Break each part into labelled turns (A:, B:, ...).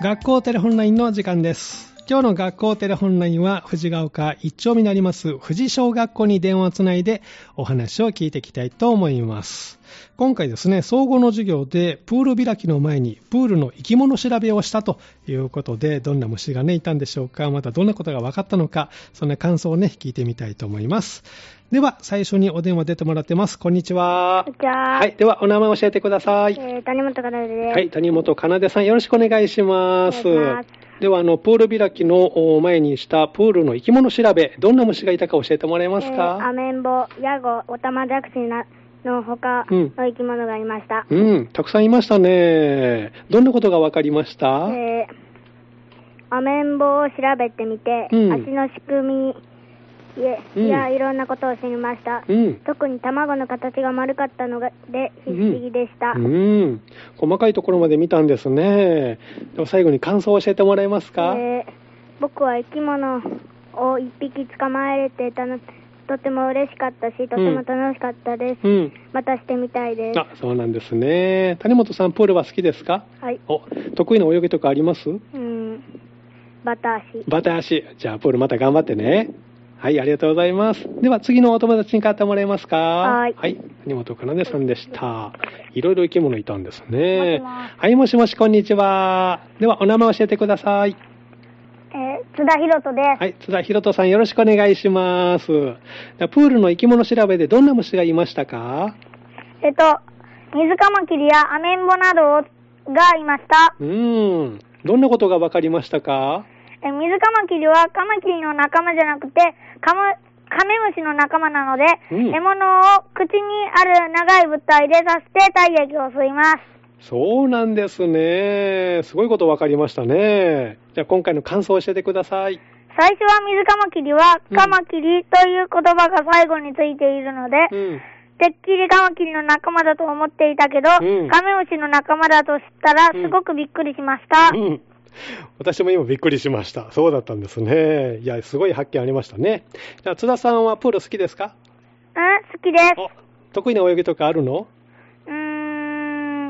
A: 学校テレホンラインの時間です。今日の学校テレホンラインは、藤ヶ丘一丁目にあります、藤小学校に電話をつないでお話を聞いていきたいと思います。今回ですね、総合の授業でプール開きの前にプールの生き物調べをしたということで、どんな虫がね、いたんでしょうか、またどんなことが分かったのか、そんな感想をね、聞いてみたいと思います。では、最初にお電話出てもらってます。こんにちは。
B: じゃあ、
A: はい、ではお名前教えてください。
B: えー、谷本かなでです。
A: はい、谷本かなでさん、よろしくお願いします
B: お願いし。
A: では、あの、プール開きのお前にしたプールの生き物調べ、どんな虫がいたか教えてもらえます
B: えーア
A: か、
B: メンボ、ヤゴ、オタマジャクシなの他
A: うん
B: の生き物がいました。
A: うん、たくさんいましたね。どんなことがわかりました、
B: えーアメンボを調べてみて、
A: うん
B: 足の仕組みや,、
A: うん
B: いろんなことを知りました。
A: うん。
B: 特に卵の形が丸かったのがで不思議でした。
A: うん。細かいところまで見たんですね。では最後に感想を教えてもらえますか、
B: えー僕は生き物を一匹捕まえれてたのとても嬉しかったし、とても楽しかったです。
A: うん。
B: またしてみたいです。
A: あ、そうなんですね。谷本さん、プールは好きですか
B: はい。
A: お、得意な泳ぎとかあります
B: うん。バタ足。
A: バタ足。じゃあ、ポールまた頑張ってね。はい、ありがとうございます。では、次のお友達に変わってもらえますか
B: はい
A: はい、谷本かなでさんでした。いろいろ生き物いたんですね。
B: もしもし
A: はい、もしもし、こんにちは。では、お名前教えてください。
B: えー、津田ひろとです。
A: はい、津田ひろとさん、よろしくお願いします。ではプールの生き物調べでどんな虫がいましたか
B: えっと、水カマキリやアメンボなどをがいました。
A: うーん。どんなことがわかりましたか
B: えー水カマキリはカマキリの仲間じゃなくて、カムカメムシの仲間なので、
A: うん
B: 獲物を口にある長い物体で刺して体液を吸います。
A: そうなんですね。すごいことわかりましたね。じゃあ、今回の感想を教えてください。
B: 最初は水カマキリは
A: うん
B: カマキリという言葉が最後についているので、
A: うん。
B: てっきりカマキリの仲間だと思っていたけど、
A: うん
B: カメムシの仲間だと知ったら、
A: うん
B: すごくびっくりしました。
A: うん私も今びっくりしました。そうだったんですね。いや、すごい発見ありましたね。じゃあ、津田さんはプール好きですか
B: うん、好きです。
A: お得意な泳ぎとかあるの
B: うー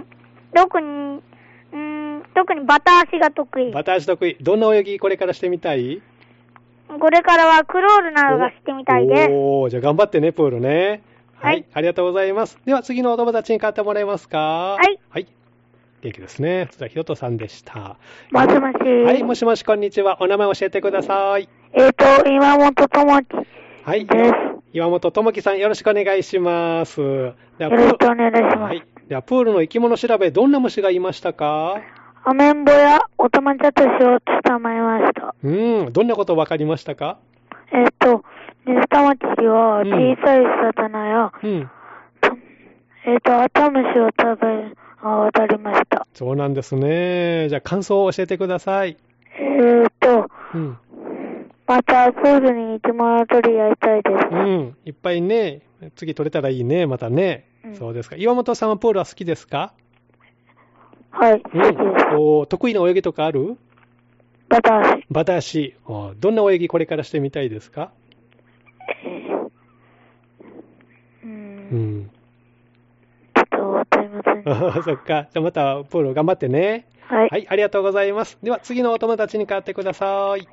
B: ん、特に、うーん、特にバタ足が得意。
A: バタ足得意。どんな泳ぎこれからしてみたい
B: これからはクロールなどがしてみたいです。
A: おおーじゃあ頑張ってね、プールね。はい。
B: はい。
A: ありがとうございます。では、次のお友達に変わってもらえますかはいはい。元気ですね。津田ひろとさんでした。
B: もしもし。
A: はい、もしもし、こんにちは。お名前教えてください。
B: えっ、と、今本智樹
A: はい。
B: です。
A: 岩本智樹さん、よろしくお願いします。よ
B: よろしくお願いしま
A: は
B: す。
A: い。では、プールの生き物調べ、どんな虫がいましたか
B: アメンボやオトマジャトシを捕まえました。
A: うん、どんなことわかりましたか
B: えっ、と、水玉マキリは
A: うん
B: 小さい魚や、
A: うん。
B: とえっ、と、アタムシを食べ、あ渡りました。
A: そうなんですね。じゃあ、感想を教えてください。
B: えっ、と、
A: うん。
B: またプールに行き物取りやりたいです。
A: うん。いっぱいね、次取れたらいいね、またね。
B: うん
A: そうですか。岩本さんはプールは好きですか
B: はい、好き
A: う
B: です。
A: ん。おー得意な泳ぎとかある
B: バタ足。
A: バタ足。おーどんな泳ぎこれからしてみたいですか
B: う。
A: うんん。
B: ちょっとわかり ません。
A: あ
B: は
A: ーそっか。じゃあまたプール頑張ってね。
B: い。
A: はい、ありがとうございます。では、次のお友達に変わってください。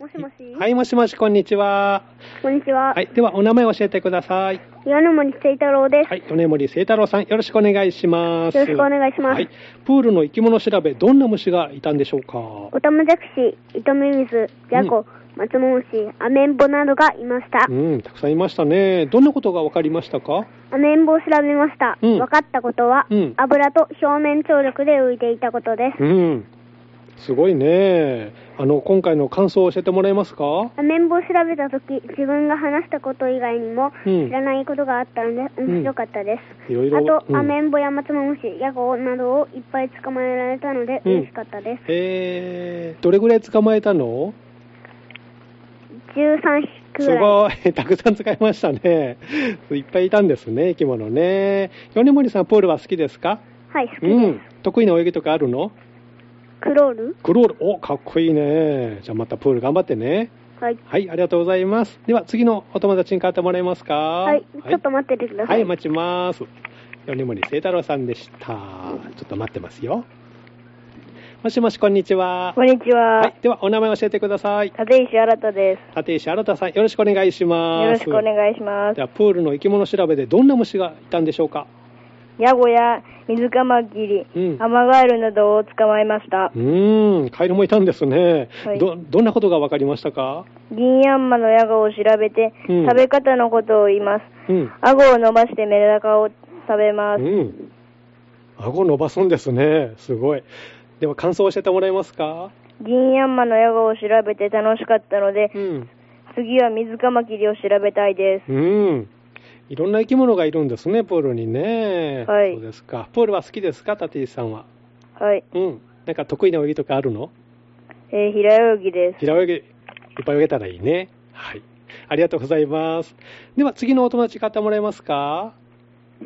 B: もし
A: はい、もしもし、こんにちは。
B: こんにちは
A: はい、では、お名前教えてください。
B: 岩沼誠太郎で
A: はい、米森聖太郎さん、よろしくお願いします。
B: よろしくお願いします
A: はい、プールの生き物調べ、どんな虫がいたんでしょうか。
B: オタマジャクシ、イトミミズ、
A: ヤゴ、
B: 松モンシ、アメンボなどがいました
A: うん、たくさんいましたね。どんなことが分かりましたか。
B: アメンボを調べました。
A: うん
B: 分かったことは、
A: うん
B: 油と表面張力で浮いていたことです。
A: うん、すごいね。あの、今回の感想を教えてもらえますか。
B: アメンボを調べたとき、自分が話したこと以外にも
A: うん
B: 知らないことがあったので、
A: ん
B: 面白かったです。
A: いろいろ。
B: あと、
A: うん
B: アメンボやマツモムシ、ヤゴなどをいっぱい捕まえられたので、
A: うん
B: 嬉しかったです。
A: えー、どれぐらい捕まえたの
B: 13匹
A: す
B: くらい。
A: ごい、 たくさん使いましたね。いっぱいいたんですね、生き物ね。米森さん、プールは好きですか
B: はい、好き
A: う
B: です。
A: ん。得意な泳ぎとかあるの
B: クロール
A: クロール、お、かっこいいね。じゃあまたプール頑張ってね。
B: はい。
A: はい、ありがとうございます。では、次のお友達に変わってもらえますか
B: はい、ちょっと待っててくださ。
A: はいい、待ちます。米森聖太郎さんでした。ちょっと待ってますよ。もしもし、こんにちは。
C: こんにちは。
A: はい、では、お名前教えてください。
C: 立石新です。
A: 立石新さん、よろしくお願いします。
C: よろしくお願いします
A: で。は、プールの生き物調べでどんな虫がいたんでしょうか
C: ヤゴや水カマキリ、
A: うん
C: アマガエルなどを捕まえました
A: う。ーん、カエルもいたんですね。
C: はい
A: ど、どんなことが分かりましたか
C: 銀ヤンマのヤゴを調べて、
A: うん
C: 食べ方のことを言います。
A: うん。
C: 顎を伸ばしてメダカを食べます。
A: うん。顎を伸ばすんですね。すごい。では、感想を教えてもらえますか
C: 銀ヤンマのヤゴを調べて楽しかったので、
A: うん。
C: 次は水カマキリを調べたいです。
A: うん。いろんな生き物がいるんですね、プールにね。
C: はい
A: そうですか。プールは好きですか、立石さんは。
C: はい。
A: うん。なんか得意な泳ぎとかあるの
C: えー平泳ぎです。
A: 平泳ぎ、いっぱい泳げたらいいね。はい。ありがとうございます。では、次のお友達方もらえますか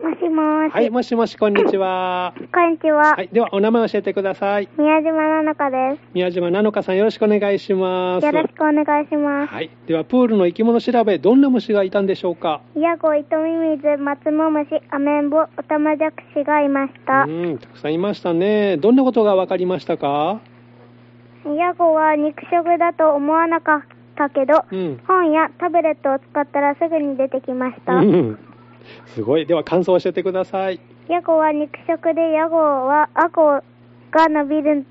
B: もしもーし。
A: はい、もしもし、こんにちは。
B: こんにちは。
A: はい、では、お名前を教えてください。
B: 宮島なのかで。
A: 宮島なのかさん、よろしくお願いしますす。
B: よろしくお願いします。
A: はい。では、プールの生き物調べ、どんな虫がいたんでしょうか
B: ヤゴ、イトミミズ、マツモムシ、アメンボ、オタマジャクシがいました
A: う。ん、たくさんいましたね。どんなことがわかりましたか
B: ヤゴは肉食だと思わなかったけど、
A: うん。
B: 本やタブレットを使ったらすぐに出てきました。
A: うん。すごい。では、感想を教えてください。
B: ヤゴは肉食で、ヤゴはアゴが伸びる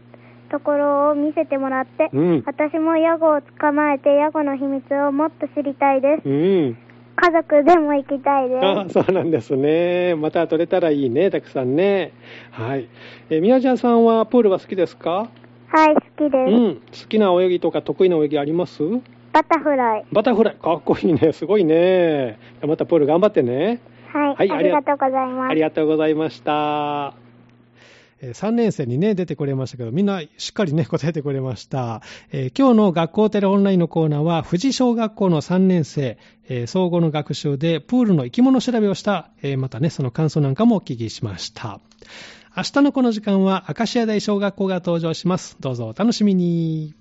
B: ところを見せてもらって、
A: うん。
B: 私もヤゴを捕まえてヤゴの秘密をもっと知りたいです。
A: うん。
B: 家族でも行きたいで
A: あ
B: す。
A: そうなんですね。また取れたらいいね、たくさんね。はい。えー、宮島さんはプールは好きですか
B: はい、好き
A: う
B: です。
A: ん。好きな泳ぎとか得意な泳ぎあります
B: バタフライ。
A: バタフライ。かっこいいね。すごいね。またプール頑張ってね。
B: はい、
A: はい
B: ありがとうございます。
A: ありがとうございました。えー3年生にね、出てくれましたけど、みんなしっかりね、答えてくれました。えー今日の学校テレオンラインのコーナーは、富士小学校の3年生、えー総合の学習でプールの生き物調べをした、えーまたね、その感想なんかもお聞きしました。明日のこの時間は、アカシア大小学校が登場します。どうぞお楽しみに。